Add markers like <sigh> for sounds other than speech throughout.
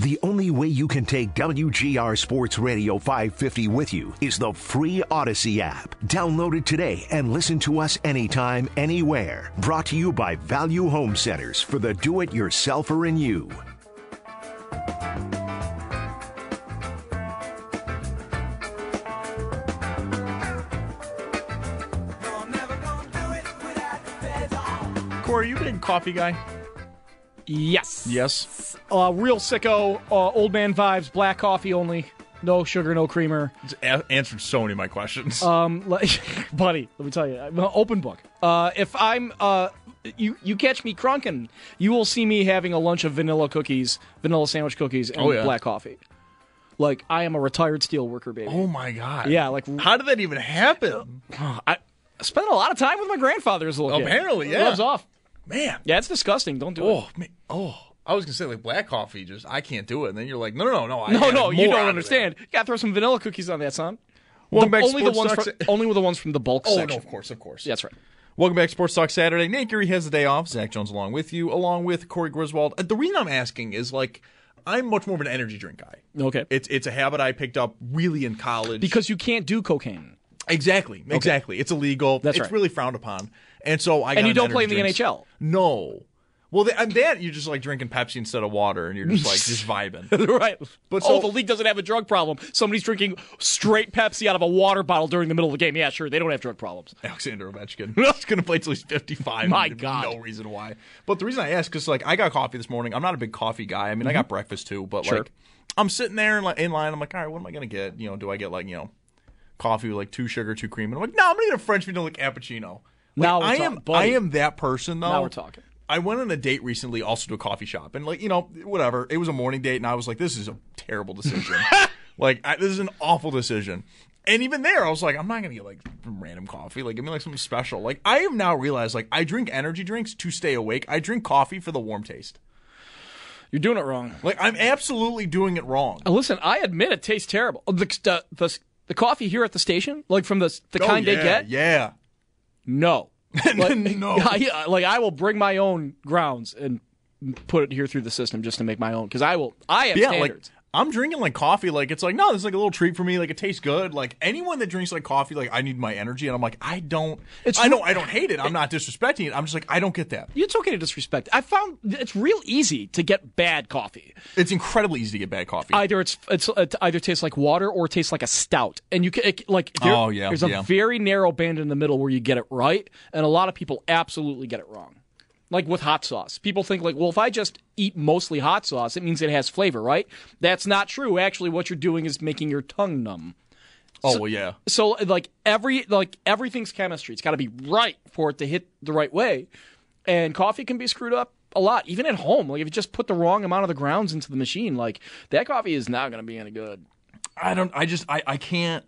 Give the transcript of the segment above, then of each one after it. The only way you can take WGR Sports Radio 550 with you is the free Odyssey app. Download it today and listen to us anytime, anywhere. Brought to you by Value Home Centers for the do it yourselfer in you. Corey, you been a coffee guy? Yes. Yes. Uh, real sicko, uh, old man vibes, black coffee only, no sugar, no creamer. It's a- answered so many of my questions. Um, le- <laughs> buddy, let me tell you, I'm an open book. Uh, if I'm, uh, you you catch me crunking, you will see me having a lunch of vanilla cookies, vanilla sandwich cookies, and Oh, yeah. black coffee. Like I am a retired steel worker, baby. oh my god. Yeah, like- how did that even happen? I spent a lot of time with my grandfather as a little kid. Apparently, yeah. Gloves off. Man. Yeah, it's disgusting. Don't do it. Oh, man. oh. I was gonna say like black coffee, just I can't do it. And then you're like, no, no, no, no. I No, had no, more you out of don't it. understand. You gotta throw some vanilla cookies on that, son. Welcome back, to only the Sports ones Talk from, Sa- only the ones from the bulk Oh section. no, of course, of course. Yeah, that's right. Welcome back, to Sports Talk Saturday. Nate Geary has the day off. Zach Jones along with you, along with Corey Griswold. Uh, The reason I'm asking is like, I'm much more of an energy drink guy. Okay. It's it's a habit I picked up really in college because you can't do cocaine exactly exactly it's illegal. That's it's right. really frowned upon, and so I got and you an don't play in energy the drinks. NHL. No. Well, th- and that you're just like drinking Pepsi instead of water, and you're just like just <laughs> vibing. <laughs> right. But But so- oh, the league doesn't have a drug problem. Somebody's drinking straight Pepsi out of a water bottle during the middle of the game. Yeah, sure. They don't have drug problems. Alexander Ovechkin. <laughs> He's gonna play till he's 55. My There's God. no reason why. But the reason I ask is like I got coffee this morning. I'm not a big coffee guy. I mean, I got breakfast too, but Mm-hmm. Sure. like I'm sitting there in, li- in line. I'm like, all right, what am I gonna get? You know, do I get like you know coffee with like two sugar, two cream? And I'm like, no, I'm gonna get a French vanilla cappuccino. Like, Now we're I talking, am buddy. I am that person though. Now we're talking. I went on a date recently, also to a coffee shop, and like you know, whatever. It was a morning date, and I was like, "This is a terrible <laughs> decision. like, I, this is an awful decision." And even there, I was like, "I'm not gonna get like random coffee. Like, give me like something special." Like, I have now realized, like, I drink energy drinks to stay awake. I drink coffee for the warm taste. You're doing it wrong. Like, I'm absolutely doing it wrong. Listen, I admit it tastes terrible. Oh, The the, the, the coffee here at the station, like from the the Oh, kind yeah, they get, yeah. <laughs> <laughs> no. Like, No. <laughs> I, like I will bring my own grounds and put it here through the system just to make my own because I will. I have yeah, standards. like I'm drinking like coffee. Like it's like no, this is like a little treat for me. Like it tastes good. Like anyone that drinks like coffee, like I need my energy, and I'm like I don't. It's I true. don't. I don't hate it. I'm not disrespecting it. I'm just like I don't get that. It's okay to disrespect. I found it's real easy to get bad coffee. It's incredibly easy to get bad coffee. Either it's it's it either tastes like water or tastes like a stout, and you can it, like there- Oh, yeah, there's a yeah. very narrow band in the middle where you get it right, and a lot of people absolutely get it wrong. Like with hot sauce, people think like, well, if I just eat mostly hot sauce, it means it has flavor, right? That's not true. Actually, what you're doing is making your tongue numb. oh well, yeah. So like every like everything's chemistry. It's got to be right for it to hit the right way. And coffee can be screwed up a lot, even at home. Like if you just put the wrong amount of the grounds into the machine, like that coffee is not going to be any good. I don't. I just. I. I can't.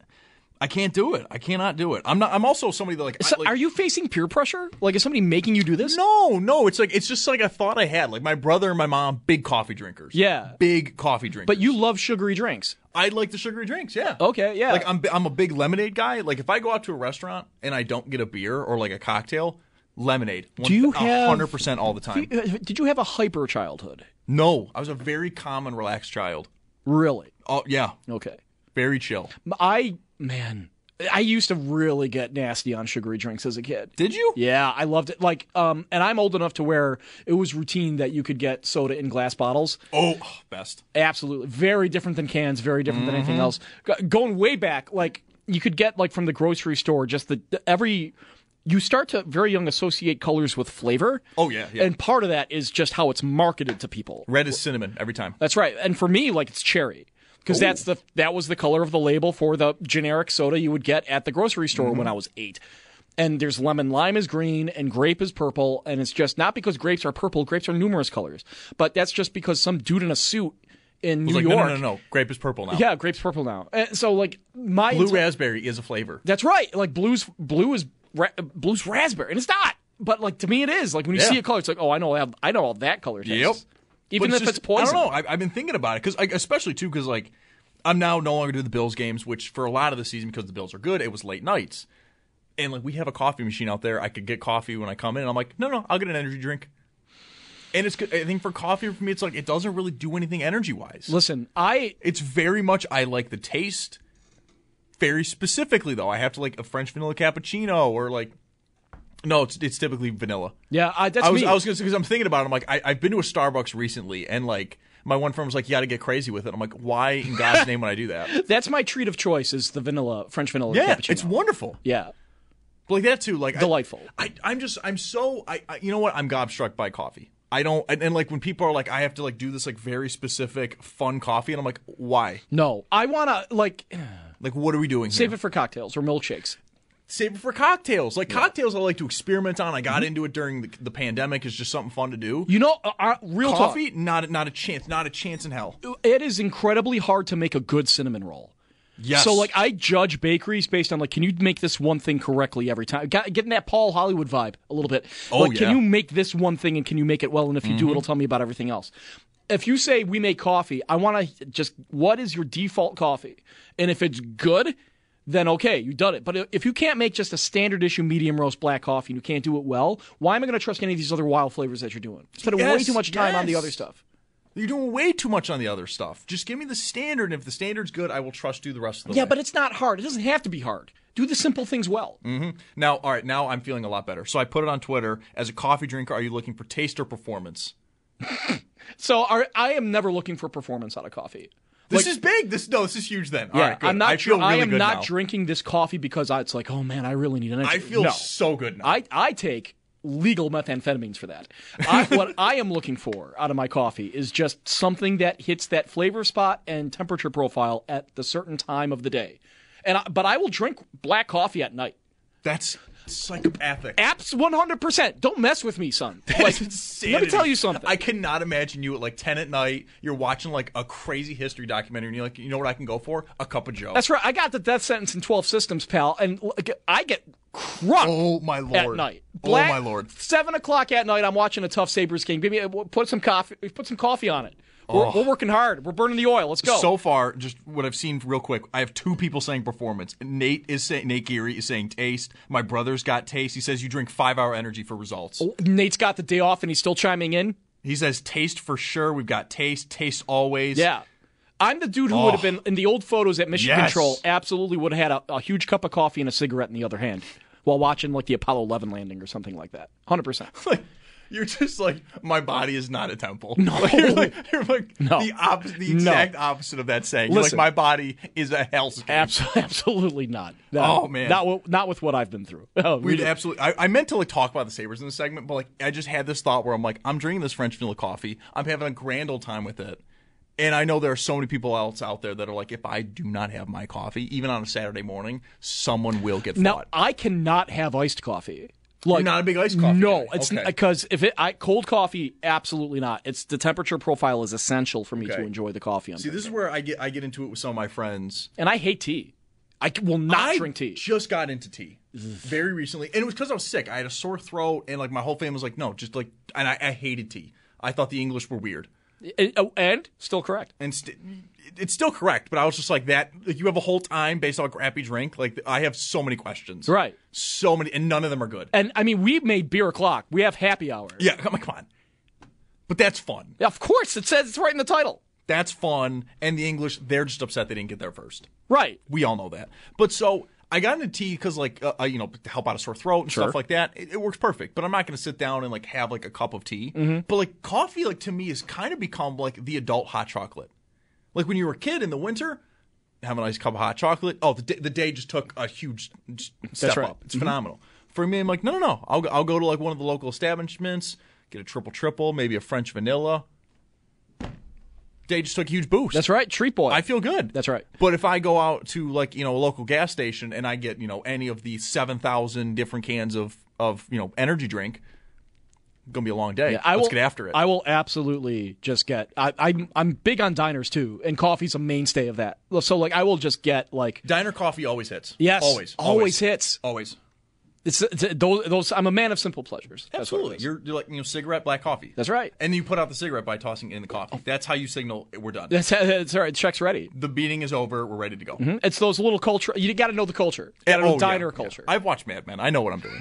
I can't do it. I cannot do it. I'm not. I'm also somebody that like. I- So like- are you facing peer pressure? Like is somebody making you do this? No, no. It's like it's just like a thought I had. Like my brother and my mom, big coffee drinkers. Yeah. big coffee drinkers. But you love sugary drinks. I like the sugary drinks. Yeah. Okay, yeah. Like I'm I'm a big lemonade guy. Like if I go out to a restaurant and I don't get a beer or like a cocktail, lemonade. Do you have- hundred percent all the time? Did you have a hyper childhood? No, I was a very calm and relaxed child. Really? Oh yeah, Okay. very chill. I man, I used to really get nasty on sugary drinks as a kid. Did you? Yeah, I loved it. Like, um, and I'm old enough to where it was routine that you could get soda in glass bottles. Oh, best. Absolutely, very different than cans. Very different than Mm-hmm. anything else. Go- Going way back, like you could get like from the grocery store. Just the, the- every you start to very young associate colors with flavor. Oh, yeah, yeah. And part of that is just how it's marketed to people. Red is cinnamon every time. That's right. And for me, like it's cherry because Oh. that's the that was the color of the label for the generic soda you would get at the grocery store Mm-hmm. when I was eight. And there's lemon lime is green and grape is purple, and it's just not because grapes are purple. Grapes are numerous colors, but that's just because some dude in a suit in New It's like, York. no, no, no, no. Grape is purple now. Yeah, grapes purple now. And so like my Blue entire- raspberry is a flavor. that's right. Like blues, blue is ra- blue's raspberry, and it's not. But like to me, it is. Like when you Yeah. see a color, it's like, oh, I know, how- I know all that color tastes. Yep. Even But if just- it's poison. I don't know. I, I've been thinking about it because, like, especially too, because like I'm now no longer doing the Bills games, which for a lot of the season because the Bills are good, it was late nights, and like we have a coffee machine out there. I could get coffee when I come in. I'm like, no, no, I'll get an energy drink. And it's good. I think for coffee for me, it's like it doesn't really do anything energy wise. Listen, I It's very much I like the taste. Very specifically though, I have to like a French vanilla cappuccino or like no, it's it's typically vanilla. yeah, I, that's I was me. I was because I'm thinking about it. I'm like I, I've been to a Starbucks recently and like my one friend was like you got to get crazy with it. I'm like why in <laughs> God's name would I do that? That's my treat of choice is the vanilla French vanilla Yeah, cappuccino. it's wonderful. yeah, But like that too. Like I- Delightful. I, I am just I'm so I, I you know what I'm gobstruck by coffee. I don't and, and like when people are like I have to like do this like very specific fun coffee and I'm like why no, I wanna like like what are we doing here? save it for cocktails or milkshakes. save it for cocktails. Like cocktails, I like to experiment on. I got into it during the, the pandemic. It's just something fun to do. You know, uh, uh, real Coffee, not not a chance, not a chance in hell. talk. It is incredibly hard to make a good cinnamon roll. Yes. So like I judge bakeries based on like can you make this one thing correctly every time? Got, getting that Paul Hollywood vibe a little bit. Oh, like yeah. Mm-hmm. can you make this one thing and can you make it well and if you do it'll tell me about everything else. If you say we make coffee, I want to just what is your default coffee? And if it's good, then okay, you done it. But if you can't make just a standard issue medium roast black coffee and you can't do it well, why am I going to trust any of these other wild flavors that you're doing? Spending way Yes, too much time on the yes. other stuff. You're doing way too much on the other stuff. Just give me the standard, and if the standard's good, I will trust you the rest of the Yeah, way. but it's not hard. It doesn't have to be hard. Do the simple things well. now, all right, now I'm feeling a lot better. So I put it on Twitter as a coffee drinker. Are you looking for taste or performance? So are, I am never looking for performance out of coffee. This is big. This no, this is huge. Then all right, good. I'm not. I feel dr- really I am good not now. drinking this coffee because I, it's like, oh man, I really need an. I energy. feel no. so good now. I I take legal methamphetamines for that. <laughs> I, what I am looking for out of my coffee is just something that hits that flavor spot and temperature profile at the certain time of the day. And I, but I will drink black coffee at night. That's psychopathic. Apps 100%. Don't mess with me, son. Like, That's insanity. let me tell you something. I cannot imagine you at like ten at night. You're watching like a crazy history documentary, and you're like, you know what I can go for? A cup of Joe. That's right. I got the death sentence in 12 systems, pal, and l- I get crunk. Oh, my At lord. night, Oh, Black- my lord. Seven o'clock at night, I'm watching a tough Sabres game. Give me uh, put some coffee. Put some coffee on it. We're, we're working hard. We're burning the oil. Let's go. Oh. So far, just what I've seen real quick. I have two people saying performance. Nate is saying Nate Geary is saying taste. My brother's got taste. He says you drink five hour energy for results. Oh. Nate's got the day off, and he's still chiming in. He says taste for sure. We've got taste. Taste always. Yeah. I'm the dude who would have been in the old photos at Mission Oh. Yes. Control. Absolutely would have had a, a huge cup of coffee and a cigarette in the other hand while watching like the Apollo 11 landing or something like that. <laughs> 100. percent <laughs> Like, you're just like my body is not a temple. No, like, <laughs> you're like, you're like No. the opposite, the No. exact opposite of that saying. You're like Listen. my body is a hellscape. Absolutely, <laughs> absolutely not. No. Oh, man. not wi- not with what I've been through. <laughs> Oh, We'd really. absolutely. I, I meant to like talk about the Sabers in the segment, but like I just had this thought where I'm like, I'm drinking this French vanilla coffee. I'm having a grand old time with it, and I know there are so many people else out there that are like, if I do not have my coffee, even on a Saturday morning, someone will get Now fought. I cannot have iced coffee. Like, not a big iced coffee No, guy. it's Okay. because if it I cold coffee, absolutely not. It's the temperature profile is essential for me to Okay. enjoy the coffee. I'm See, this is drinking. where I get I get into it with some of my friends. and I hate tea. I c- will not I drink tea. Just got into tea very recently, and it was because I was sick. I had a sore throat, and like my whole family was like, no, just like, and I, I hated tea. I thought the English were weird. And- oh, and still correct. and st- it's still correct. But I was just like that. Like you have a whole time based on a crappy drink. Like I have so many questions, Right. So many, and none of them are good. And I mean, we made beer o'clock. We have happy hour. yeah, come on, come on. But that's fun. Of course, it says it's right in the title. That's fun. And the English, they're just upset they didn't get there first. Right. We all know that. But so I got into tea because like uh, uh, you know to help out a sore throat and stuff like that. It, it works perfect, but I'm not going to sit down and like have like a cup of tea. But like coffee, like to me, has kind of become like the adult hot chocolate. Like when you were a kid in the winter, have a nice cup of hot chocolate. Oh, the day, the day just took a huge s- step right. up. It's phenomenal. For me, I'm like, no, no, no. I'll go, I'll go to like one of the local establishments, get a triple triple, maybe a French vanilla. Day just took a huge boost. That's right, treat boy. I feel good. That's right. But if I go out to like you know a local gas station and I get you know any of the seven thousand different cans of of you know energy drink, gonna be a long day. Yeah, I Let's will get after it. I will absolutely just get. I, I'm I'm big on diners too, and coffee's a mainstay of that. So like, I will just get like Diner coffee always hits. yes, always, always hits. always. It's, it's those, those. I'm a man of simple pleasures. That's what it Absolutely. is. You're, you're like, you know, cigarette, black coffee. That's right. Oh. And you put out the cigarette by tossing it in the coffee. That's how you signal we're done. <laughs> That's, that's all right. Check's ready. the beating is over. We're ready to go. It's those little culture. You got to know the culture. You got to Oh, know yeah, diner yeah. culture. I've watched Mad Men. I know what I'm <laughs> doing.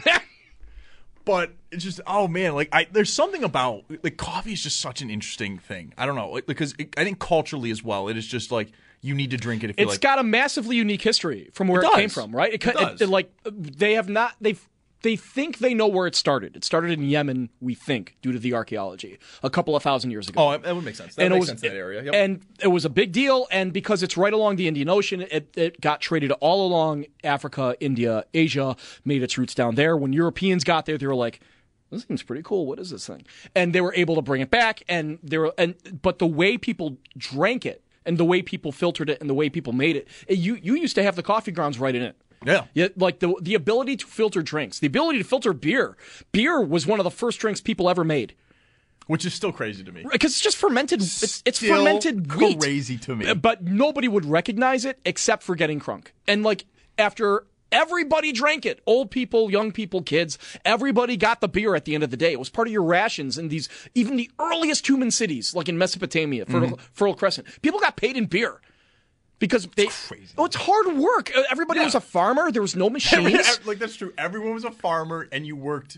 but it's just, oh man, like I, there's something about like coffee is just such an interesting thing. I don't know, like, because it, I think culturally as well, it is just like you need to drink it if you It's like. got a massively unique history from where It it, came does. from, right? It co- does. like they have not they they think they know where it started. It started in Yemen, we think, due to the archaeology a couple of thousand years ago. oh, that would make sense. That and it makes was sense in that area. Yep. and it was a big deal. And because it's right along the Indian Ocean, it, it got traded all along Africa, India, Asia, made its roots down there. When Europeans got there, they were like, "This thing's pretty cool. What is this thing?" And they were able to bring it back. And they were and but the way people drank it and the way people filtered it and the way people made it, it- you you used to have the coffee grounds right in it. Yeah. Yeah, like the the ability to filter drinks, the ability to filter beer. Beer was one of the first drinks people ever made which is still crazy to me. because it's just fermented. It's, it's Still fermented wheat. crazy to me. Uh, But nobody would recognize it except for getting crunk. And like after everybody drank it, old people, young people, kids, everybody got the beer at the end of the day. It was part of your rations in these even the earliest human cities, like in Mesopotamia, Fertile, Mm-hmm. Fertile Crescent. People got paid in beer. Because they, oh, it's hard work. Uh, Everybody was a farmer. There was <laughs> no <laughs> machines. like that's true. Everyone was a farmer, and you worked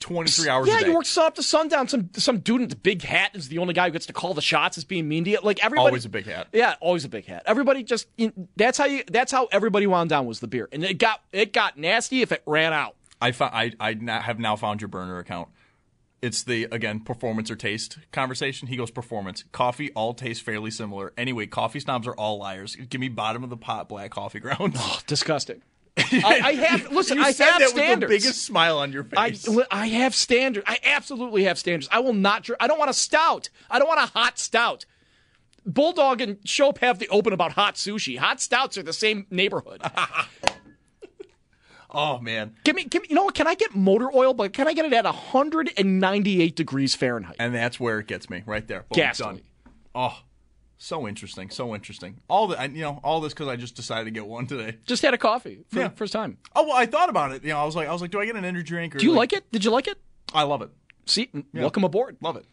23 hours. Yeah, a day. you work sun up to sundown. Some some dude in the big hat is the only guy who gets to call the shots. Is being mean to you. Like everybody, Always a big hat. Yeah, always a big hat. Everybody just you- that's how you that's how everybody wound down was the beer, and it got it got nasty if it ran out. I found I I na- have now found your burner account. It's the again performance or taste conversation. He goes performance. Coffee all tastes fairly similar. Anyway, coffee snobs are all liars. Give me bottom of the pot black coffee grounds. <laughs> Disgusting. I, I <laughs> have listen. Oh, you I said have that standards. with the biggest smile on your I, face. I have standards. I absolutely have standards. I will not. dr- I don't want a stout. I don't want a hot stout. Bulldog and Shope have the open about hot sushi. Hot stouts are the same <laughs> neighborhood. oh man, Give me, give me, you know what? Can I get motor oil, but can I get it at 198 degrees Fahrenheit? and that's where it gets me right there. Boom, Ghastly. done. Oh, so interesting, so interesting. All the I, you know all this because I just decided to get one today. Just had a coffee for Yeah. the first time. Oh well, I thought about it. You know, I was like I was like, do I get an energy drink? Or Do you like it? Did you like it? I love it. See, m- welcome aboard. Love it.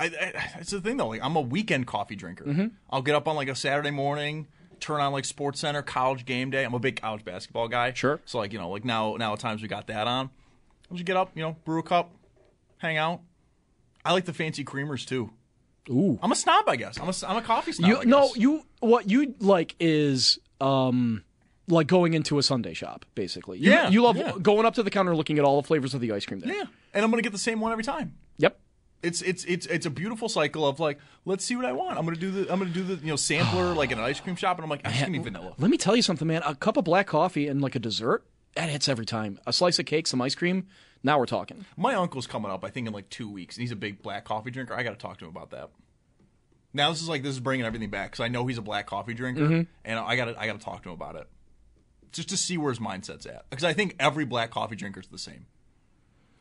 I, I, it's the thing though. Like I'm a weekend coffee drinker. Mm-hmm. I'll get up on like a Saturday morning, turn on like Sports Center, college game day. I'm a big college basketball guy. Sure. So like you know like now now at times we got that on. I'll just get up, you know, brew a cup, hang out. I like the fancy creamers too. Ooh. I'm a snob, I guess. I'm a s- I'm a coffee snob. Oh, I You, no, guess. you. What you like is um, like going into a Sunday shop, basically. You, Yeah, You love yeah. going up to the counter, looking at all the flavors of the ice cream there. yeah. And I'm gonna get the same one every time. Yep. It's it's it's it's a beautiful cycle of like let's see what I want. I'm gonna do the I'm gonna do the you know <gasps> sampler like in an ice cream shop, and I'm like I just give me vanilla. Let me tell you something, man. A cup of black coffee and like a dessert that hits every time. A slice of cake, some ice cream. Now we're talking. My uncle's coming up, I think, in like two weeks, and he's a big black coffee drinker. I got to talk to him about that. Now this is like this is bringing everything back because I know he's a black coffee drinker, Mm-hmm. and I got to I got to talk to him about it, just to see where his mindset's at. Because I think every black coffee drinker's the same,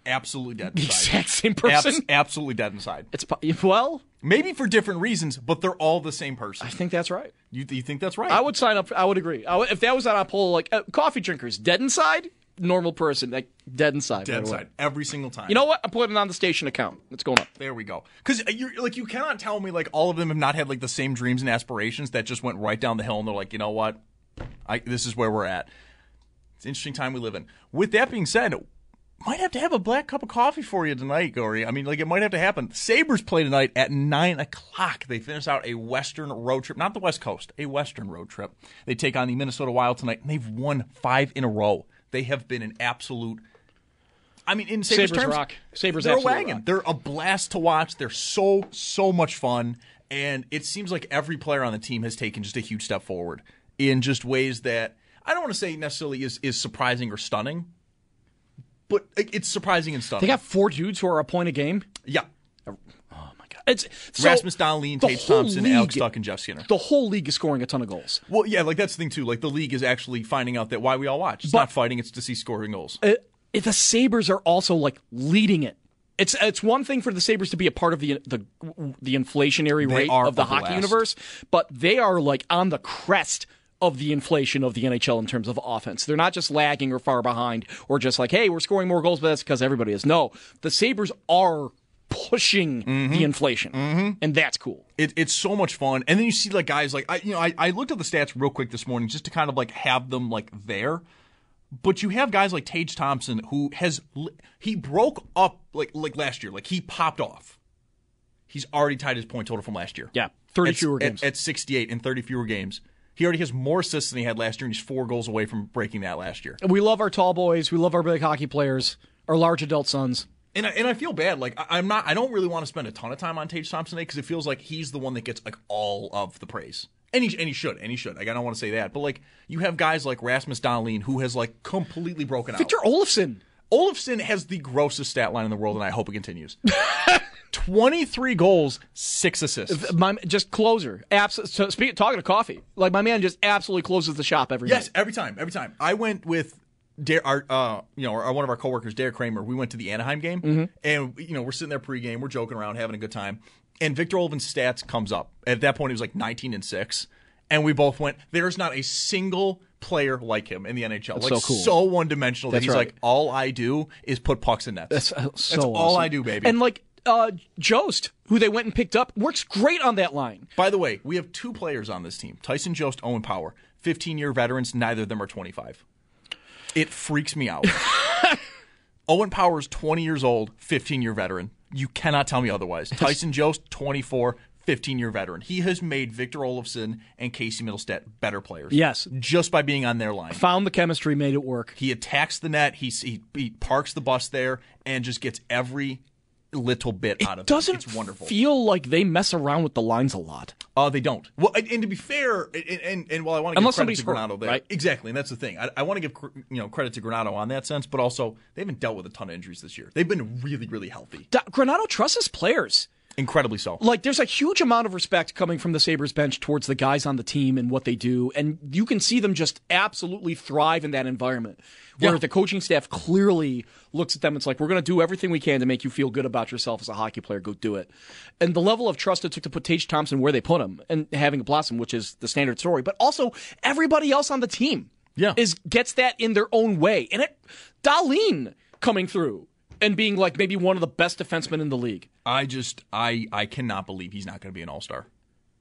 absolutely dead The inside, exact same Abs- person. absolutely dead inside. It's po- well, Maybe for different reasons, but they're all the same person. I think that's right. You, you think that's right? I would sign up. I would agree. I would, if that was on a poll, like uh, coffee drinkers, dead inside, normal person, like dead inside. dead right away. inside every single time. You know what? I'm putting it on the station account. It's going up. There we go. Because you're like you cannot tell me like all of them have not had like the same dreams and aspirations that just went right down the hill and they're like, you know what, I this is where we're at. It's an interesting time we live in. With that being said, might have to have a black cup of coffee for you tonight, Gory. I mean, like it might have to happen. Sabers play tonight at nine o'clock. They finish out a Western road trip, not the West Coast, a Western road trip. They take on the Minnesota Wild tonight, and they've won five in a row. They have been an absolute. I mean, in Sabres, Sabres terms, rock. Sabres they're a absolutely wagon. rock. They're a blast to watch. They're so so much fun, and it seems like every player on the team has taken just a huge step forward in just ways that I don't want to say necessarily is is surprising or stunning, but it- it's surprising and stunning. They got four dudes who are a point a game. yeah. It's so Rasmus Dahlin, the Tate whole Thompson, Alex league- Duck, and Jeff Skinner. The whole league is scoring a ton of goals. Well, yeah, like that's the thing too. Like the league is actually finding out that why we all watch. It's not fighting; it's to see scoring goals. Uh, the Sabers are also like leading it. It's it's one thing for the Sabers to be a part of the the the inflationary They rate are of the a hockey blast. universe, but they are like on the crest of the inflation of the NHL in terms of offense. They're not just lagging or far behind or just like, hey, we're scoring more goals, but that's because everybody is. No, the Sabers are pushing Mm-hmm. the inflation, and that's cool. it, it's so much fun. And then you see like guys like I you know I, I looked at the stats real quick this morning just to kind of like have them like there. But you have guys like Tage Thompson who has li- he broke up like like last year like he popped off. He's already tied his point total from last year. Yeah, thirty At- fewer at- games. at 68 in 30 fewer games. He already has more assists than he had last year, and he's four goals away from breaking that last year. we love our tall boys. We love our big hockey players. Our large adult sons. And I, and I feel bad. Like I, I'm not. I don't really want to spend a ton of time on Tage Thompson today because it feels like he's the one that gets like all of the praise. And he, and he should, and he should. Like, I don't want to say that, but like you have guys like Rasmus Dahlin who has like completely broken Victor out. Olofsson. Olafson has the grossest stat line in the world, and I hope it continues. Twenty three goals, six assists. my just closer. Abs- so speak, talking to coffee, like my man just absolutely closes the shop every Yes, night. every time, every time. I went with Dare, our, uh, you know, our, one of our coworkers, Dare Kramer. We went to the Anaheim game, Mm-hmm. and you know, we're sitting there pregame, we're joking around, having a good time, and Victor Olvin's stats comes up. At that point, he was like 19 and six, and we both went. There's not a single player like him in the NHL. like so cool. one dimensional that That's he's right. like, all I do is put pucks in nets. That's, uh, so all awesome. I do, baby. And like uh, Jost, who they went and picked up, works great on that line. By the way, we have two players on this team: Tyson Jost, Owen Power, 15-year veterans. Neither of them are 25. It freaks me out. Owen Power is 20 years old, 15-year veteran. You cannot tell me otherwise. Tyson Jost, 24, 15-year veteran. He has made Victor Olofsson and Casey Middlestat better players. Yes. just by being on their line. Found the chemistry, made it work. He attacks the net. He, he he parks the bus there and just gets every little bit out of Doesn't it. It's wonderful. feel like they mess around with the lines a lot. Uh, they don't. Well, and, and to be fair, and, and, and while I want to Unless give credit somebody's to hurt, Granado there, right? exactly, and that's the thing. I, I want to give cr- you know credit to Granado on that sense, but also they haven't dealt with a ton of injuries this year. They've been really, really healthy, Da- Granado trusts his players. incredibly so. Like, there's a huge amount of respect coming from the Sabres bench towards the guys on the team and what they do. And you can see them just absolutely thrive in that environment where Yeah. the coaching staff clearly looks at them. It's like, we're going to do everything we can to make you feel good about yourself as a hockey player. Go do it. And the level of trust it took to put Tage Thompson where they put him and having a blossom, which is the standard story, but also everybody else on the team Yeah. is gets that in their own way. And it, Darlene coming through and being like maybe one of the best defensemen in the league. I just I I cannot believe he's not going to be an All Star.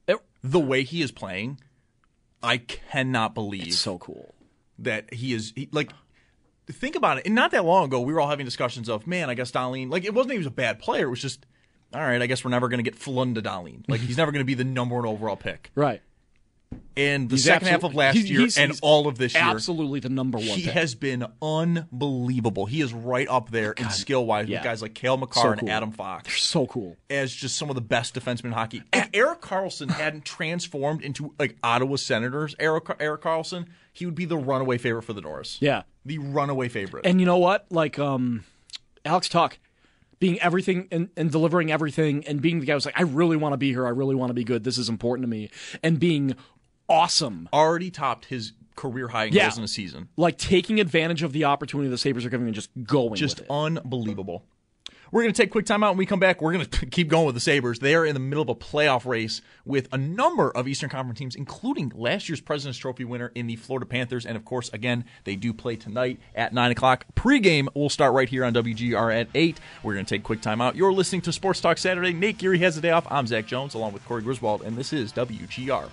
It- The way he is playing, I cannot believe so cool. that he is he, like. Think about it. And not that long ago, we were all having discussions of, man, I guess Darlene, like, it wasn't he was a bad player. It was just, all right, I guess we're never going to get Flun to Darlene. Like, he's never going to be the number one overall pick. Right. and the He's second half absolute- of last he's- year he's- and he's all of this year, Absolutely the number one. he pick. has been unbelievable. He is right up there in skill wise yeah. with guys like Kale McCarr So and cool. Adam Fox so cool. as just some of the best defensemen in hockey. If Eric Carlson hadn't transformed into like Ottawa Senators Eric, Eric Carlson, he would be the runaway favorite for the Norris. Yeah. the runaway favorite. And you know what? Like um Alex Tuck being everything and, and delivering everything and being the guy who's like, I really want to be here, I really want to be good, this is important to me, and being awesome. Already topped his career high in Yeah. goals in a season. Like taking advantage of the opportunity the Sabres are giving and just going. Just with it. unbelievable. We're going to take a quick time out. When we come back, we're going to <laughs> keep going with the Sabres. They are in the middle of a playoff race with a number of Eastern Conference teams, including last year's President's Trophy winner in the Florida Panthers. And of course, again, they do play tonight at 9 o'clock. Pre-game will start right here on WGR at 8. We're going to take a quick time out. You're listening to Sports Talk Saturday. Nate Geary has a day off. I'm Zach Jones, along with Corey Griswold, and this is WGR.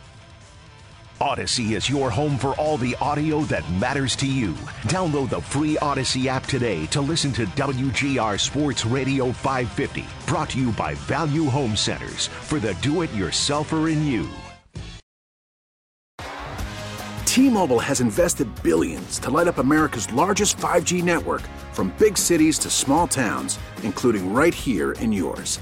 Odyssey is your home for all the audio that matters to you. Download the free Odyssey app today to listen to WGR Sports Radio 550. Brought to you by Value Home Centers for the do it yourselfer in you. T-Mobile has invested billions to light up America's largest 5G network from big cities to small towns, including right here in yours.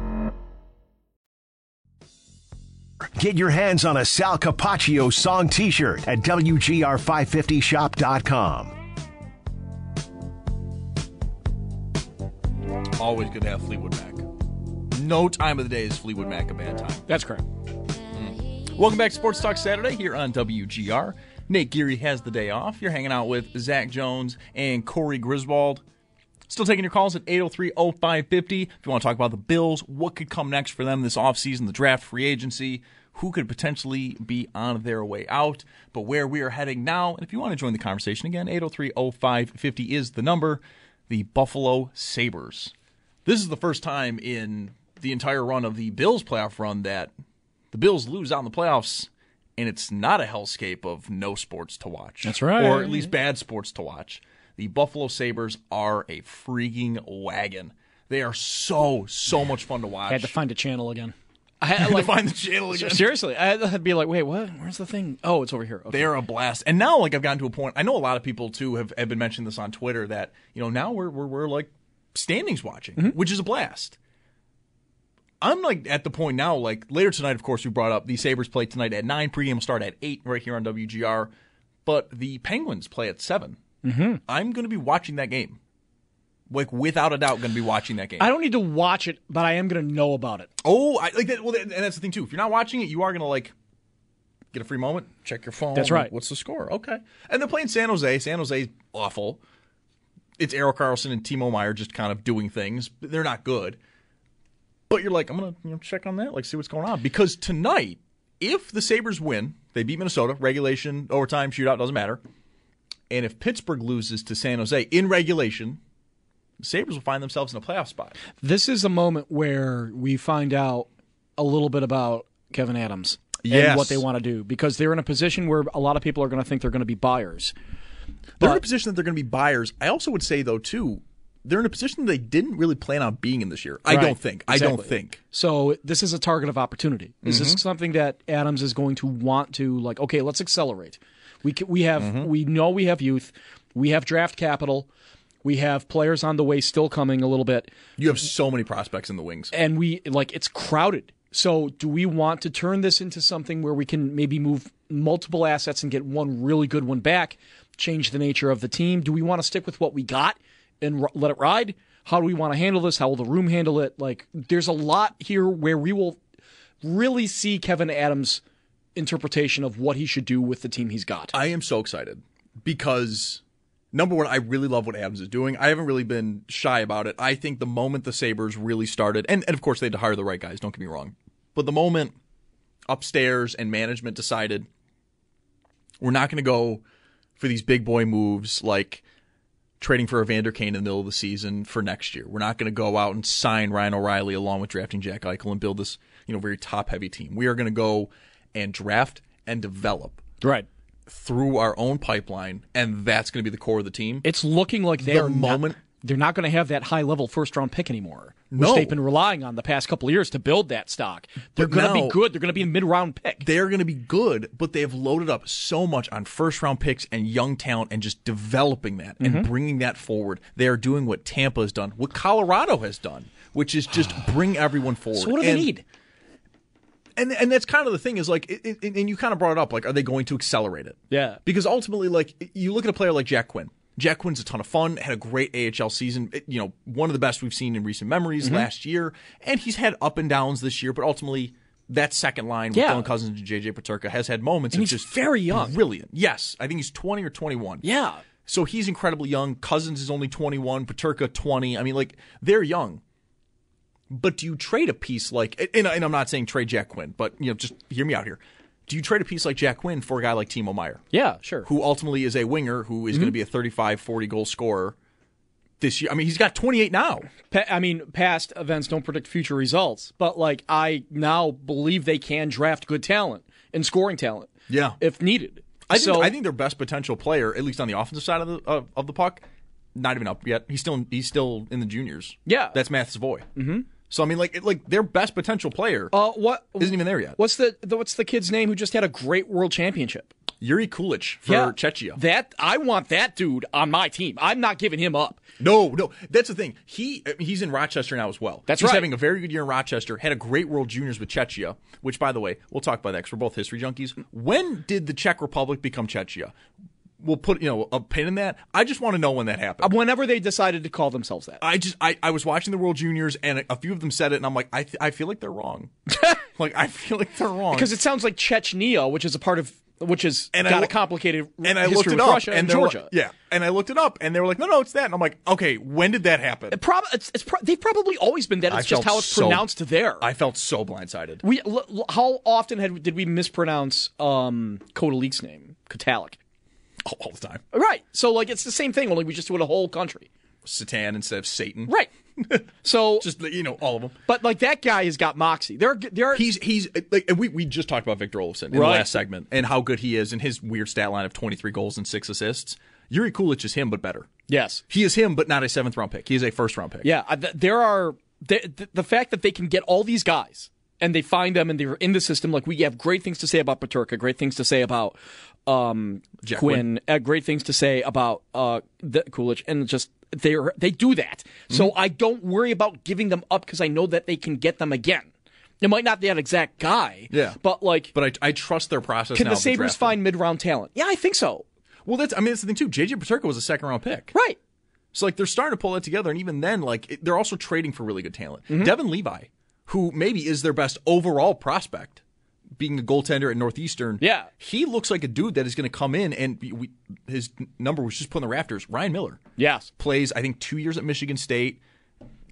Get your hands on a Sal Capaccio song t shirt at WGR550shop.com. Always good to have Fleetwood Mac. No time of the day is Fleetwood Mac a bad time. That's correct. Welcome back to Sports Talk Saturday here on WGR. Nate Geary has the day off. You're hanging out with Zach Jones and Corey Griswold. Still taking your calls at 803-0550. If you want to talk about the Bills, what could come next for them this offseason, the draft free agency, who could potentially be on their way out, but where we are heading now. And if you want to join the conversation again, 803-0550 is the number. The Buffalo Sabres. This is the first time in the entire run of the Bills playoff run that the Bills lose out in the playoffs, and it's not a hellscape of no sports to watch. That's right. Or at least bad sports to watch. The Buffalo Sabres are a freaking wagon. They are so, so much fun to watch. I had to find a channel again. I <laughs> had to find the <laughs> channel again. <laughs> Seriously, I had to be like, wait, what? Where's the thing? Oh, it's over here. Okay. They are a blast. And now, like, I've gotten to a point. I know a lot of people too have, have been mentioning this on Twitter that you know now we're we're, we're like standings watching, which is a blast. I'm like at the point now. Like later tonight, of course, we brought up the Sabers play tonight at nine. Pregame will start at eight right here on WGR, but the Penguins play at 7 Mm-hmm. I'm going to be watching that game. Like without a doubt, going to be watching that game. I don't need to watch it, but I am going to know about it. Oh, I like that. Well, and that's the thing too. If you're not watching it, you are gonna like get a free moment, check your phone. That's right. What's the score? Okay. And they're playing San Jose. San Jose's awful. It's Errol Carlson and Timo Meyer just kind of doing things. They're not good. But you're like, I'm gonna you know, check on that, like see what's going on. Because tonight, if the Sabres win, they beat Minnesota, regulation, overtime, shootout, doesn't matter. And if Pittsburgh loses to San Jose in regulation, the Sabres will find themselves in a playoff spot. This is a moment where we find out a little bit about Kevin Adams Yes. and what they want to do because they're in a position where a lot of people are going to think they're going to be buyers. They're in a But- position that they're going to be buyers. I also would say though too, they're in a position they didn't really plan on being in this year. I Right. don't think. I don't Exactly. think. So this is a target of opportunity. This Is this something that Adams is going to want to like? Okay, let's accelerate. We c we have we know we have youth, we have draft capital, we have players on the way still coming a little bit, You have so many prospects in the wings. and we like it's crowded. So do we want to turn this into something where we can maybe move multiple assets and get one really good one back, change the nature of the team? Do we want to stick with what we got and r- let it ride? How do we want to handle this? How will the room handle it? Like there's a lot here where we will really see Kevin Adams' interpretation of what he should do with the team he's got. I am so excited because number one, I really love what Adams is doing. I haven't really been shy about it. I think the moment the Sabres really started, and, and of course they had to hire the right guys, don't get me wrong. But the moment upstairs and management decided we're not going to go for these big boy moves like trading for Evander Kane in the middle of the season for next year. We're not going to go out and sign Ryan O'Reilly along with drafting Jack Eichel and build this, you know, very top heavy team. We are going to go and draft and develop Right. through our own pipeline, and that's going to be the core of the team. It's looking like they The are moment- not, they're not going to have that high level first round pick anymore, which No. they've been relying on the past couple of years to build that stock. They're But going to now- be good. They're going to be a mid round pick. they're going to be good, but they have loaded up so much on first round picks and young talent and just developing that and Mm-hmm. bringing that forward. They are doing what Tampa has done, what Colorado has done, which is <sighs> just bring everyone forward. so what do they And- need? And and that's kind of the thing is like, it, it, and you kind of brought it up, like, are they going to accelerate it? Yeah. Because ultimately, like, you look at a player like Jack Quinn. Jack Quinn's a ton of fun, had a great AHL season, it- you know, one of the best we've seen in recent memories Mm-hmm. last year. And he's had up and downs this year, but ultimately, that second line with Yeah. Dylan Cousins and JJ Paterka has had moments And of he's just very young. Brilliant. Yes. I think he's 20 or 21. Yeah. So he's incredibly young. Cousins is only 21, Paterka 20. I mean, like, they're young. But do you trade a piece like, and, and I'm not saying trade Jack Quinn, but, you know, just hear me out here. Do you trade a piece like Jack Quinn for a guy like Timo Meyer, Yeah, sure. who ultimately is a winger who going Mm-hmm. to be a 35, 40 goal scorer this year? I mean, he's got 28 now. Pa- I mean, past events don't predict future results, but like I now believe they can draft good talent and scoring talent. Yeah. if needed. I think, so I think their best potential player, at least on the offensive side of the of, of the puck, not even up yet. He's still he's still in the juniors. Yeah. that's Mathis Voy. Mm-hmm. So I mean, like it- like their best potential player Uh, what isn't even there yet. What's the, the what's the kid's name who just had a great world championship? Yuri Kulich for Yeah. Chechia. That I want that dude on my team. I'm not giving him up. no, no, that's the thing. He I mean, he's in Rochester now as well. That's he's right. having a very good year in Rochester. Had a great World Juniors with Chechia, which by the way, we'll talk about that because we're both history junkies. When did the Czech Republic become Chechia? We'll put you know a pin in that. I just want to know when that happened. Whenever they decided to call themselves that, I just I, I was watching the World Juniors and a, a few of them said it and I'm like I th- I feel like they're wrong. <laughs> like I feel like they're wrong. because it sounds like Chechnya, which is a part of which is And I got a loo- complicated and I history looked with it up Russia and, they were like- Georgia. yeah. And I looked it up and they were like no no it's that and I'm like okay when did that happen? Prob- it's, it's pro- they've probably always been that. I It's just felt how it's so- pronounced there. I felt so blindsided. <laughs> We l- l- how often had did we mispronounce um Kotalik's name? Kotalik. all, all the time. Right. So like it's the same thing only we just do it a whole country. Satan instead of Satan. Right. <laughs> So Just you know all of them. but like that guy has got moxie. There are there are He's he's like and we we just talked about Victor Olofsson in the Right. last segment and how good he is and his weird stat line of 23 goals and 6 assists. Yuri Kulich is him but better. yes. He is him but not a 7th round pick. He is a 1st round pick. Yeah, I- th- there are th- th- the fact that they can get all these guys and they find them and they're in the system like we have great things to say about Paterka, great things to say about um Jack Quinn, uh, great things to say about uh the Coolidge and just they are they do that. Mm-hmm. So I don't worry about giving them up cuz I know that they can get them again. It might not be that exact guy, Yeah. but like But I, I trust their process. can now the of the Sabres draft. find mid-round talent? Yeah, I think so. Well, that's I mean that's the thing too. JJ Paterka was a second round pick, Right. so like they're starting to pull that together, and even then, like it, they're also trading for really good talent. Mm-hmm. Devin Levi, who maybe is their best overall prospect, being a goaltender at Northeastern. Yeah. he looks like a dude that is going to come in and be- we, his n- number was just put in the rafters. Ryan Miller Yes. plays, I think, two years at Michigan State.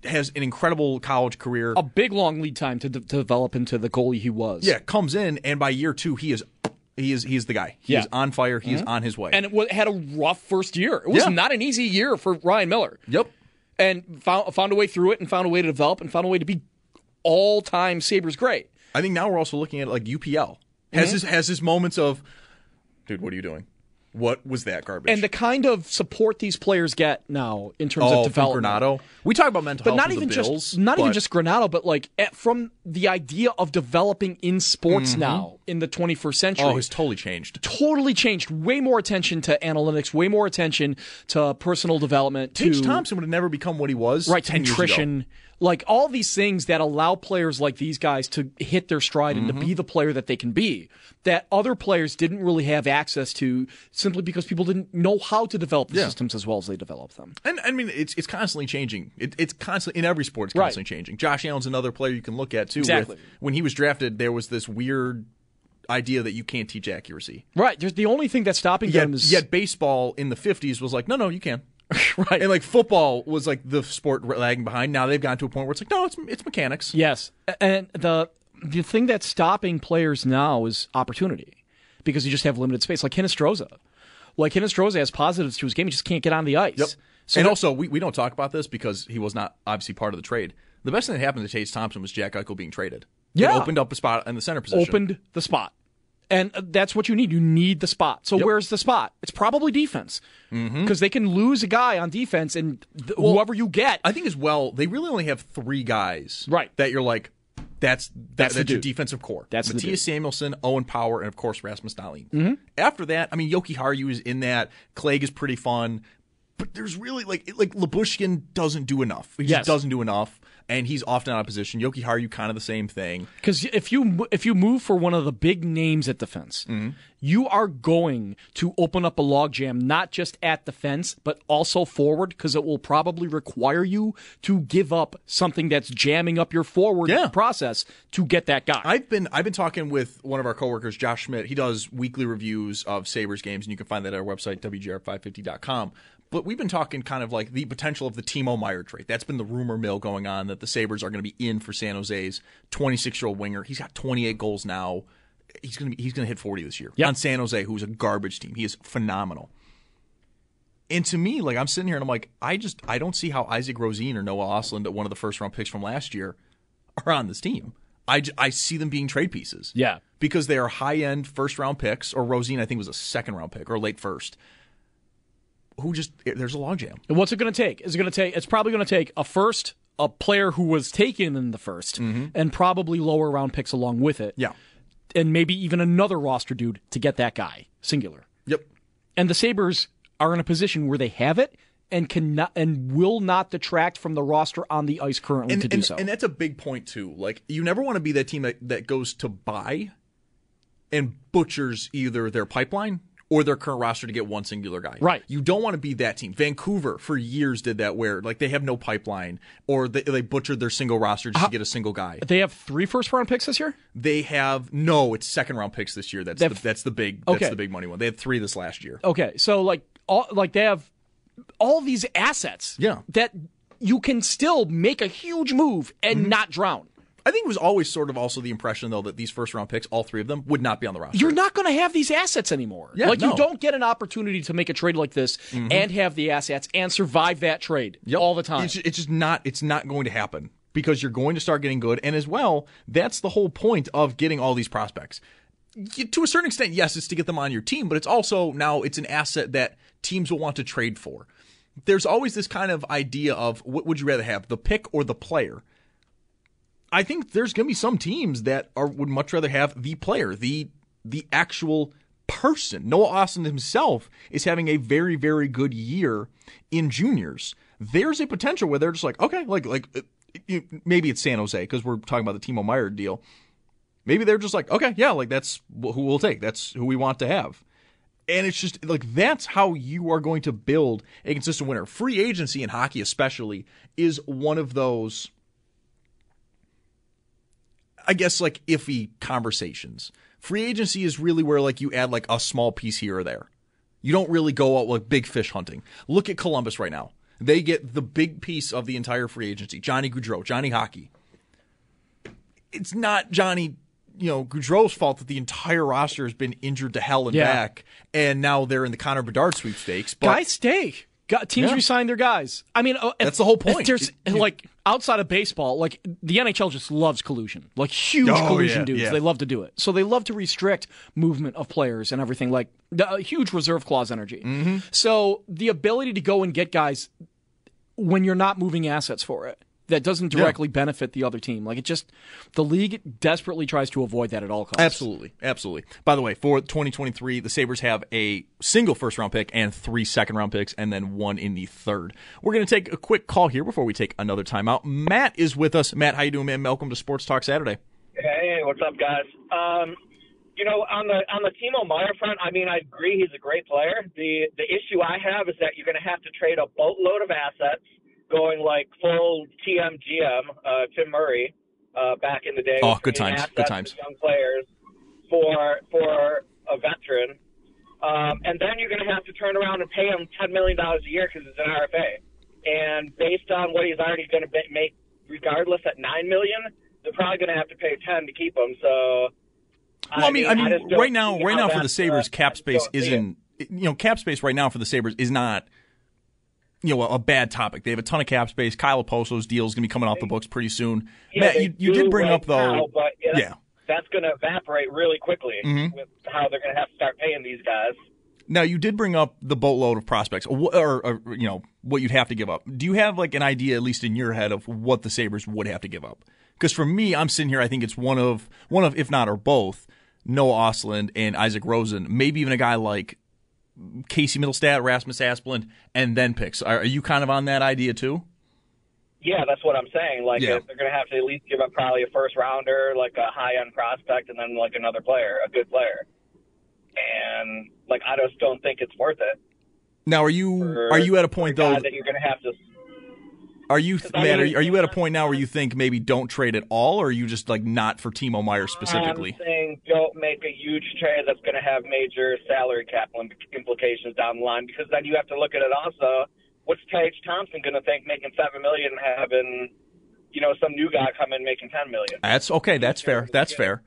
Has an incredible college career. A big long lead time to, de- to develop into the goalie he was. yeah, comes in and by year two, he is, he is, he is the guy. He Yeah. Mm-hmm. is on fire. He is on his way. and it wa- had a rough first year. It was Yeah. not an easy year for Ryan Miller. yep. And found, found a way through it and found a way to develop and found a way to be all time Sabres great. I think now we're also looking at like UPL has Mm-hmm. his has his moments of, dude, what are you doing? What was that garbage? And the kind of support these players get now in terms oh, of from development. Granato. We talk about mental But health not with even the just Bills, not even but just Granado, but like at, from the idea of developing in sports now in the 21st century. oh, it's totally changed. totally changed. Way more attention to analytics. Way more attention to personal development. Tage to Thompson would have never become what he was. right 10 years ago. nutrition like all these things that allow players like these guys to hit their stride and to Mm-hmm. be the player that they can be that other players didn't really have access to simply because people didn't know how to develop the Yeah. systems as well as they developed them And I mean, it's it's constantly changing. It, it's constantly in every sport. It's Right. constantly changing. Josh Allen's another player you can look at too. Exactly. With, when he was drafted, there was this weird idea that you can't teach accuracy. right there's the only thing that's stopping Yet, them is yet baseball in the 50s was like, no, no, you <laughs> can. right. And like football was like the sport lagging behind. Now they've gotten to a point where it's like, no, it's it's mechanics. yes A- and the the thing that's stopping players now is opportunity because you just have limited space like Hinestroza like Hinestroza has positives to his game he just can't get on the ice Yep. So and there- also, we, we don't talk about this because he was not obviously part of the trade. The best thing that happened to Chase Thompson was Jack Eichel being traded. It Yeah. opened up a spot in the center position. opened the spot. And uh, that's what you need. You need the spot. So where's the spot? It's probably defense because Mm-hmm. they can lose a guy on defense, and th- whoever you get, I think as well, they really only have three guys, Right. That you're like, that's that, That's that's, the your dude. defensive core. That's the dude. Mm-hmm. Matthias Samuelson, Owen Power, and of course Rasmus Dahlin. After that, I mean, Yoki Haru is in that. Clegg is pretty fun, but there's really like it- like Labushkin doesn't do enough. He Yes. just doesn't do enough, and he's often out of position. Yoki Haru kind of the same thing. Because if you mo- if you move for one of the big names at defense, Mm-hmm. you are going to open up a logjam not just at defense but also forward because it will probably require you to give up something that's jamming up your forward Yeah. process to get that guy. I've been I've been talking with one of our coworkers, Josh Schmidt. He does weekly reviews of Sabres games, and you can find that at our website, WGR550.com. But we've been talking kind of like the potential of the Timo Meyer trade. That's been the rumor mill going on that the Sabres are going to be in for San Jose's 26 year old winger. He's got 28 goals now. He's going to be, he's going to hit 40 this year Yep. on San Jose, who's a garbage team. He is phenomenal. And to me, like I'm sitting here and I'm like, I just I don't see how Isaac Rosine or Noah Osland, one of the first round picks from last year, are on this team. I, j- I see them being trade pieces. Yeah. Because they are high end first round picks, or Rosine, I think, was a second round pick or late first. Who just, there's a logjam. And what's it going to take? Is it going to take? It's probably going to take a first, a player who was taken in the 1st Mm-hmm. and probably lower round picks along with it, and maybe even another roster dude to get that guy singular. Yep. and the Sabres are in a position where they have it and cannot and will not detract from the roster on the ice currently And, to do and, so. and that's a big point, too. Like, you never want to be that team that, that goes to buy and butchers either their pipeline or their current roster to get one singular guy. Right. You don't want to be that team. Vancouver for years did that where like they have no pipeline or they, they butchered their single roster just to get a single guy. they have three first round picks this year. They have no, it's second round picks this year. That's They the, have- that's the big that's Okay. the big money one. They had three this last year. Okay, so like all like they have all these assets. Yeah. that you can still make a huge move and Mm-hmm. not drown. I think it was always sort of also the impression though that these first round picks, all three of them, would not be on the roster. You're not going to have these assets anymore. Yeah, like you no. Mm-hmm. don't get an opportunity to make a trade like this and have the assets and survive that trade all the time. It's, it's just not it's not going to happen because you're going to start getting good, and as well, that's the whole point of getting all these prospects. You- to a certain extent, yes, it's to get them on your team, but it's also now it's an asset that teams will want to trade for. There's always this kind of idea of what would you rather have, the pick or the player. I think there's going to be some teams that are would much rather have the player, the the actual person. Noah Austin himself is having a very very good year in juniors. There's a potential where they're just like, okay, like like uh, you- maybe it's San Jose because we're talking about the Timo Meyer deal. Maybe they're just like, okay, yeah, like that's wh- who we'll take. That's who we want to have. And it's just like that's how you are going to build a consistent winner. Free agency in hockey, especially, is one of those I guess like iffy conversations. Free agency is really where like you add like a small piece here or there. You don't really go out like big fish hunting. Look at Columbus right now. They get the big piece of the entire free agency. Johnny Goudreau, Johnny Hockey. It's not Johnny, you know, Goudreau's fault that the entire roster has been injured to hell and Yeah. back, and now they're in the Connor Bedard sweepstakes. But guys stay. Got, teams Yeah. resign their guys. I mean, uh, if- That's the whole if point. there's You- like outside of baseball, like the NHL just loves collusion, like huge Oh, collusion yeah, dudes. yeah. They love to do it, so they love to restrict movement of players and everything. Like the, a huge reserve clause energy. Mm-hmm. So the ability to go and get guys when you're not moving assets for it. That doesn't directly benefit the other team. Like it just, the league desperately tries to avoid that at all costs. Absolutely, absolutely. By the way, for 2023, the Sabers have a single first round pick and three second round picks, and then one in the third. We're going to take a quick call here before we take another timeout. Matt is with us. Matt, how you doing, man? Welcome to Sports Talk Saturday. Hey, what's up, guys? Um, you know, on the on the Timo Meyer front, I mean, I agree he's a great player. The the issue I have is that you're going to have to trade a boatload of assets, going like full TMGM, uh, Tim Murray, uh, back in the day. Oh, was good trading times, assets good times. for Young players for for a veteran, um, and then you're going to have to turn around and pay him ten million dollars a year because it's an RFA. And based on what he's already going to make, regardless at nine million, they're probably going to have to pay ten to keep him. So, Well, I mean, I mean, just don't right now, see right now how for the that's, Sabers, uh, cap I just space don't see it. isn't. You know, cap space right now for the Sabers is not you know, a, a bad topic. They have a ton of cap space. Kyle Oposo's deal is going to be coming off the books pretty soon. Matt, they you, you do did bring right up though. now, but yeah, that's, yeah. Mm-hmm. going to evaporate really quickly with how they're going to have to start paying these guys. Now you did bring up the boatload of prospects, or, or, or you know what you'd have to give up. Do you have like an idea, at least in your head, of what the Sabers would have to give up? Because for me, I'm sitting here. I think it's one of one of, if not or both, Noah Osland and Isaac Rosen. Maybe even a guy like Casey Middlestat, Rasmus Asplund, and then picks. Are, are you kind of on that idea too? Yeah, that's what I'm saying. Like Yeah. they're going to have to at least give up probably a first rounder, like a high end prospect, and then like another player, a good player. And like I just don't think it's worth it. Now, are you for- are you at a for point guy though? that you're going to have to? Are you I Matt? Are, mean- you- are you at a point now where you think maybe don't trade at all, or are you just like not for Timo Meyer specifically? I'm saying don't make a huge trade that's going to have major salary cap im- implications down the line because then you have to look at it also. What's Tage Thompson going to think making seven million and having, you know, some new guy come in making ten million? That's okay. That's fair. That's fair.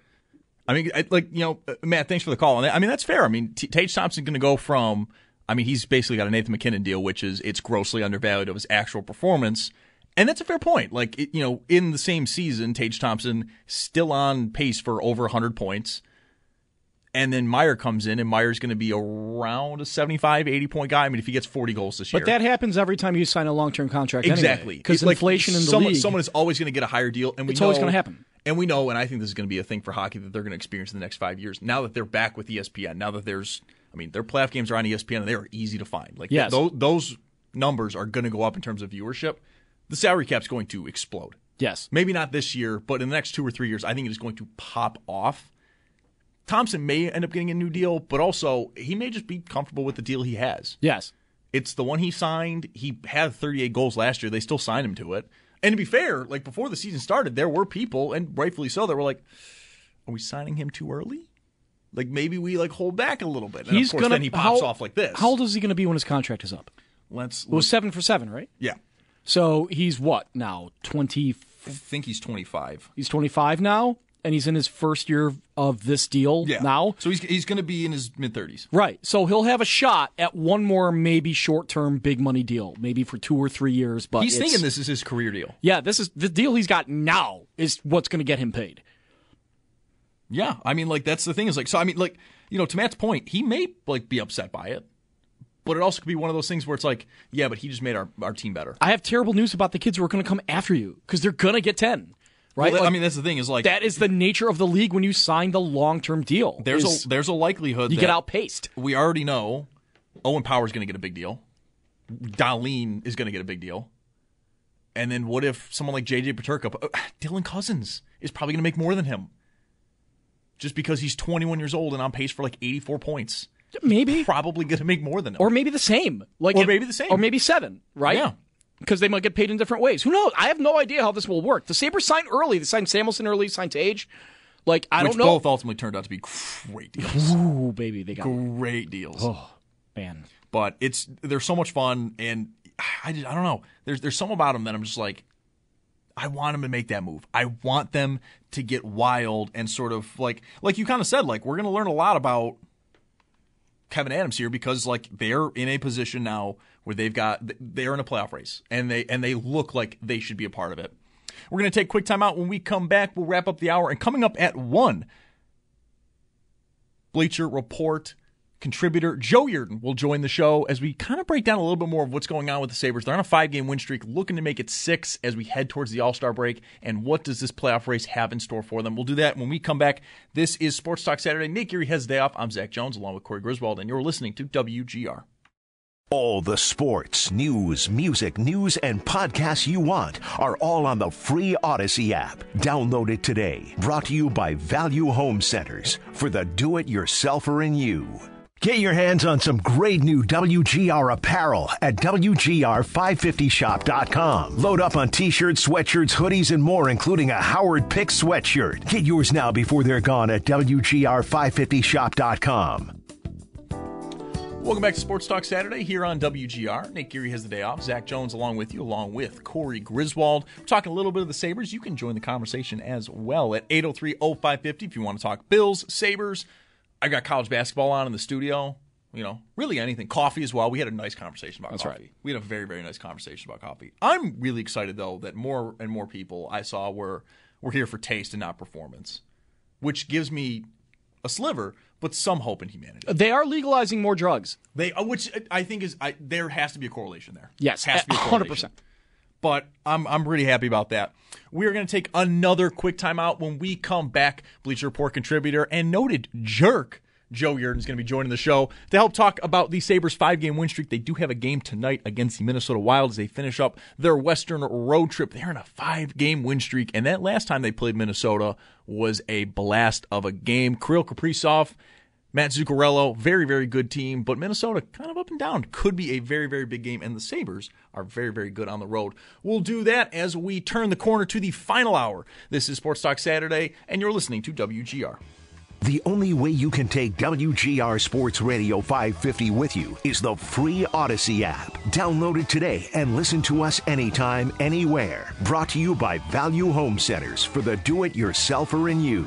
I mean, I, like you know, uh, Matt. Thanks for the call. And I mean, that's fair. I mean, T- Tage Thompson's going to go from. I mean, he's basically got a Nathan McKinnon deal, which is it's grossly undervalued of his actual performance, and that's a fair point. Like it, you know, in the same season, Tage Thompson still on pace for over 100 points, and then Meyer comes in, and Meyer's going to be around a 75, 80 point guy. I mean, if he gets 40 goals this year, But that happens every time you sign a long term contract. Exactly. Because It's like inflation in the someone, league. Someone is always going to get a higher deal, and we It's know, always gonna happen. And we know, and I think this is going to be a thing for hockey that they're going to experience in the next five years. Now that they're back with E ESPN, now that there's, I mean, their playoff games are on E ESPN and they are easy to find. Like Yes. tho- those numbers are going to go up in terms of viewership. The salary cap's going to explode. yes. Maybe not this year, but in the next two or three years, I think it is going to pop off. Thompson may end up getting a new deal, but also he may just be comfortable with the deal he has. Yes. It's the one he signed. He had 38 goals last year. They still signed him to it. And to be fair, like before the season started, there were people, and rightfully so, that were like, "Are we signing him too early? Like maybe we like hold back a little bit." And He's of course, gonna, then he pops how- off like this. How old is he going to be when his contract is up? Let's. It was seven for seven, right? yeah, So he's what now? Twenty? I think he's 25. He's twenty five now, and he's in his first year of this deal Yeah. now. so he's he's going to be in his mid 30s. Right. So he'll have a shot at one more maybe short term big money deal, maybe for two or three years. But He's it's- thinking this is his career deal. Yeah, this is the deal he's got now is what's going to get him paid. Yeah, I mean, like that's the thing is like so. I mean, like you know, to Matt's point, he may like be upset by it, but it also could be one of those things where it's like, yeah, but he just made our our team better. I have terrible news about the kids who are going to come after you because they're going to get ten. Right. Well, I Like, mean, that's the thing is like that is the nature of the league when you sign the long term deal. there's is a there's a likelihood you that get outpaced. We already know Owen Power's going to get a big deal. Darlene is going to get a big deal. And then what if someone like JJ Paterka, uh, Dylan Cousins is probably going to make more than him, just because he's 21 years old and on pace for like 84 points, Maybe. probably going to make more than him. or maybe the same. Like Or maybe the same. Or maybe seven, right? Yeah. Because they might get paid in different ways. Who knows? I have no idea how this will work. The Sabres signed early. They signed Samuelson early, signed Tage. Like, I which don't know. both ultimately turned out to be <laughs> great deals. Ooh, baby, they got great deals. man. but it's they're so much fun, and I just, I don't know. There's there's something about them that I'm just like, I want them to make that move. I want them to get wild and sort of like like you kind of said, like we're gonna learn a lot about Kevin Adams here because like they're in a position now where they've got they're in a playoff race and they and they look like they should be a part of it. We're gonna take a quick time out. When we come back, we'll wrap up the hour. And coming up at one, Bleacher Report contributor Joe Yurden will join the show as we kind of break down a little bit more of what's going on with the Sabres. They're on a five game win streak, looking to make it six as we head towards the All Star break. And what does this playoff race have in store for them? We'll do that when we come back. This is Sports Talk Saturday. Nick Geary has the day off. I'm Zach Jones along with Corey Griswold, and you're listening to WGR. All the sports, news, music, news, and podcasts you want are all on the free Odyssey app. Download it today. Brought to you by Value Home Centers for the do it yourselfer in you. Get your hands on some great new WGR apparel at WGR550shop.com. Load up on t shirts, sweatshirts, hoodies, and more, including a Howard Pick sweatshirt. Get yours now before they're gone at WGR550shop.com. Welcome back to Sports Talk Saturday here on WGR. Nick Geary has the day off. Zach Jones along with you, along with Corey Griswold. We're talking a little bit of the Sabres. You can join the conversation as well at 803 0550 if you want to talk Bills, Sabres. I've got college basketball on in the studio. you know, really anything. Coffee as well. We had a nice conversation about That's coffee. right. We had a very, very nice conversation about coffee. I'm really excited though that more and more people I saw were were here for taste and not performance, which gives me a sliver, but some hope in humanity. They are legalizing more drugs. They, uh, which I think is, I, there has to be a correlation there. Yes, has to be a hundred correlation. percent. But I'm I'm really happy about that. We are going to take another quick timeout. When we come back, Bleacher Report contributor and noted jerk Joe Yurden is going to be joining the show to help talk about the Sabers five game win streak. They do have a game tonight against the Minnesota Wild as they finish up their Western road trip. They're in a five game win streak, and that last time they played Minnesota was a blast of a game. Kirill Kaprizov. Matt Zuccarello, very, very good team, but Minnesota kind of up and down. Could be a very, very big game, and the Sabres are very, very good on the road. We'll do that as we turn the corner to the final hour. This is Sports Talk Saturday, and you're listening to WGR. The only way you can take WGR Sports Radio 550 with you is the free Odyssey app. Download it today and listen to us anytime, anywhere. Brought to you by Value Home Centers for the do it yourselfer in you.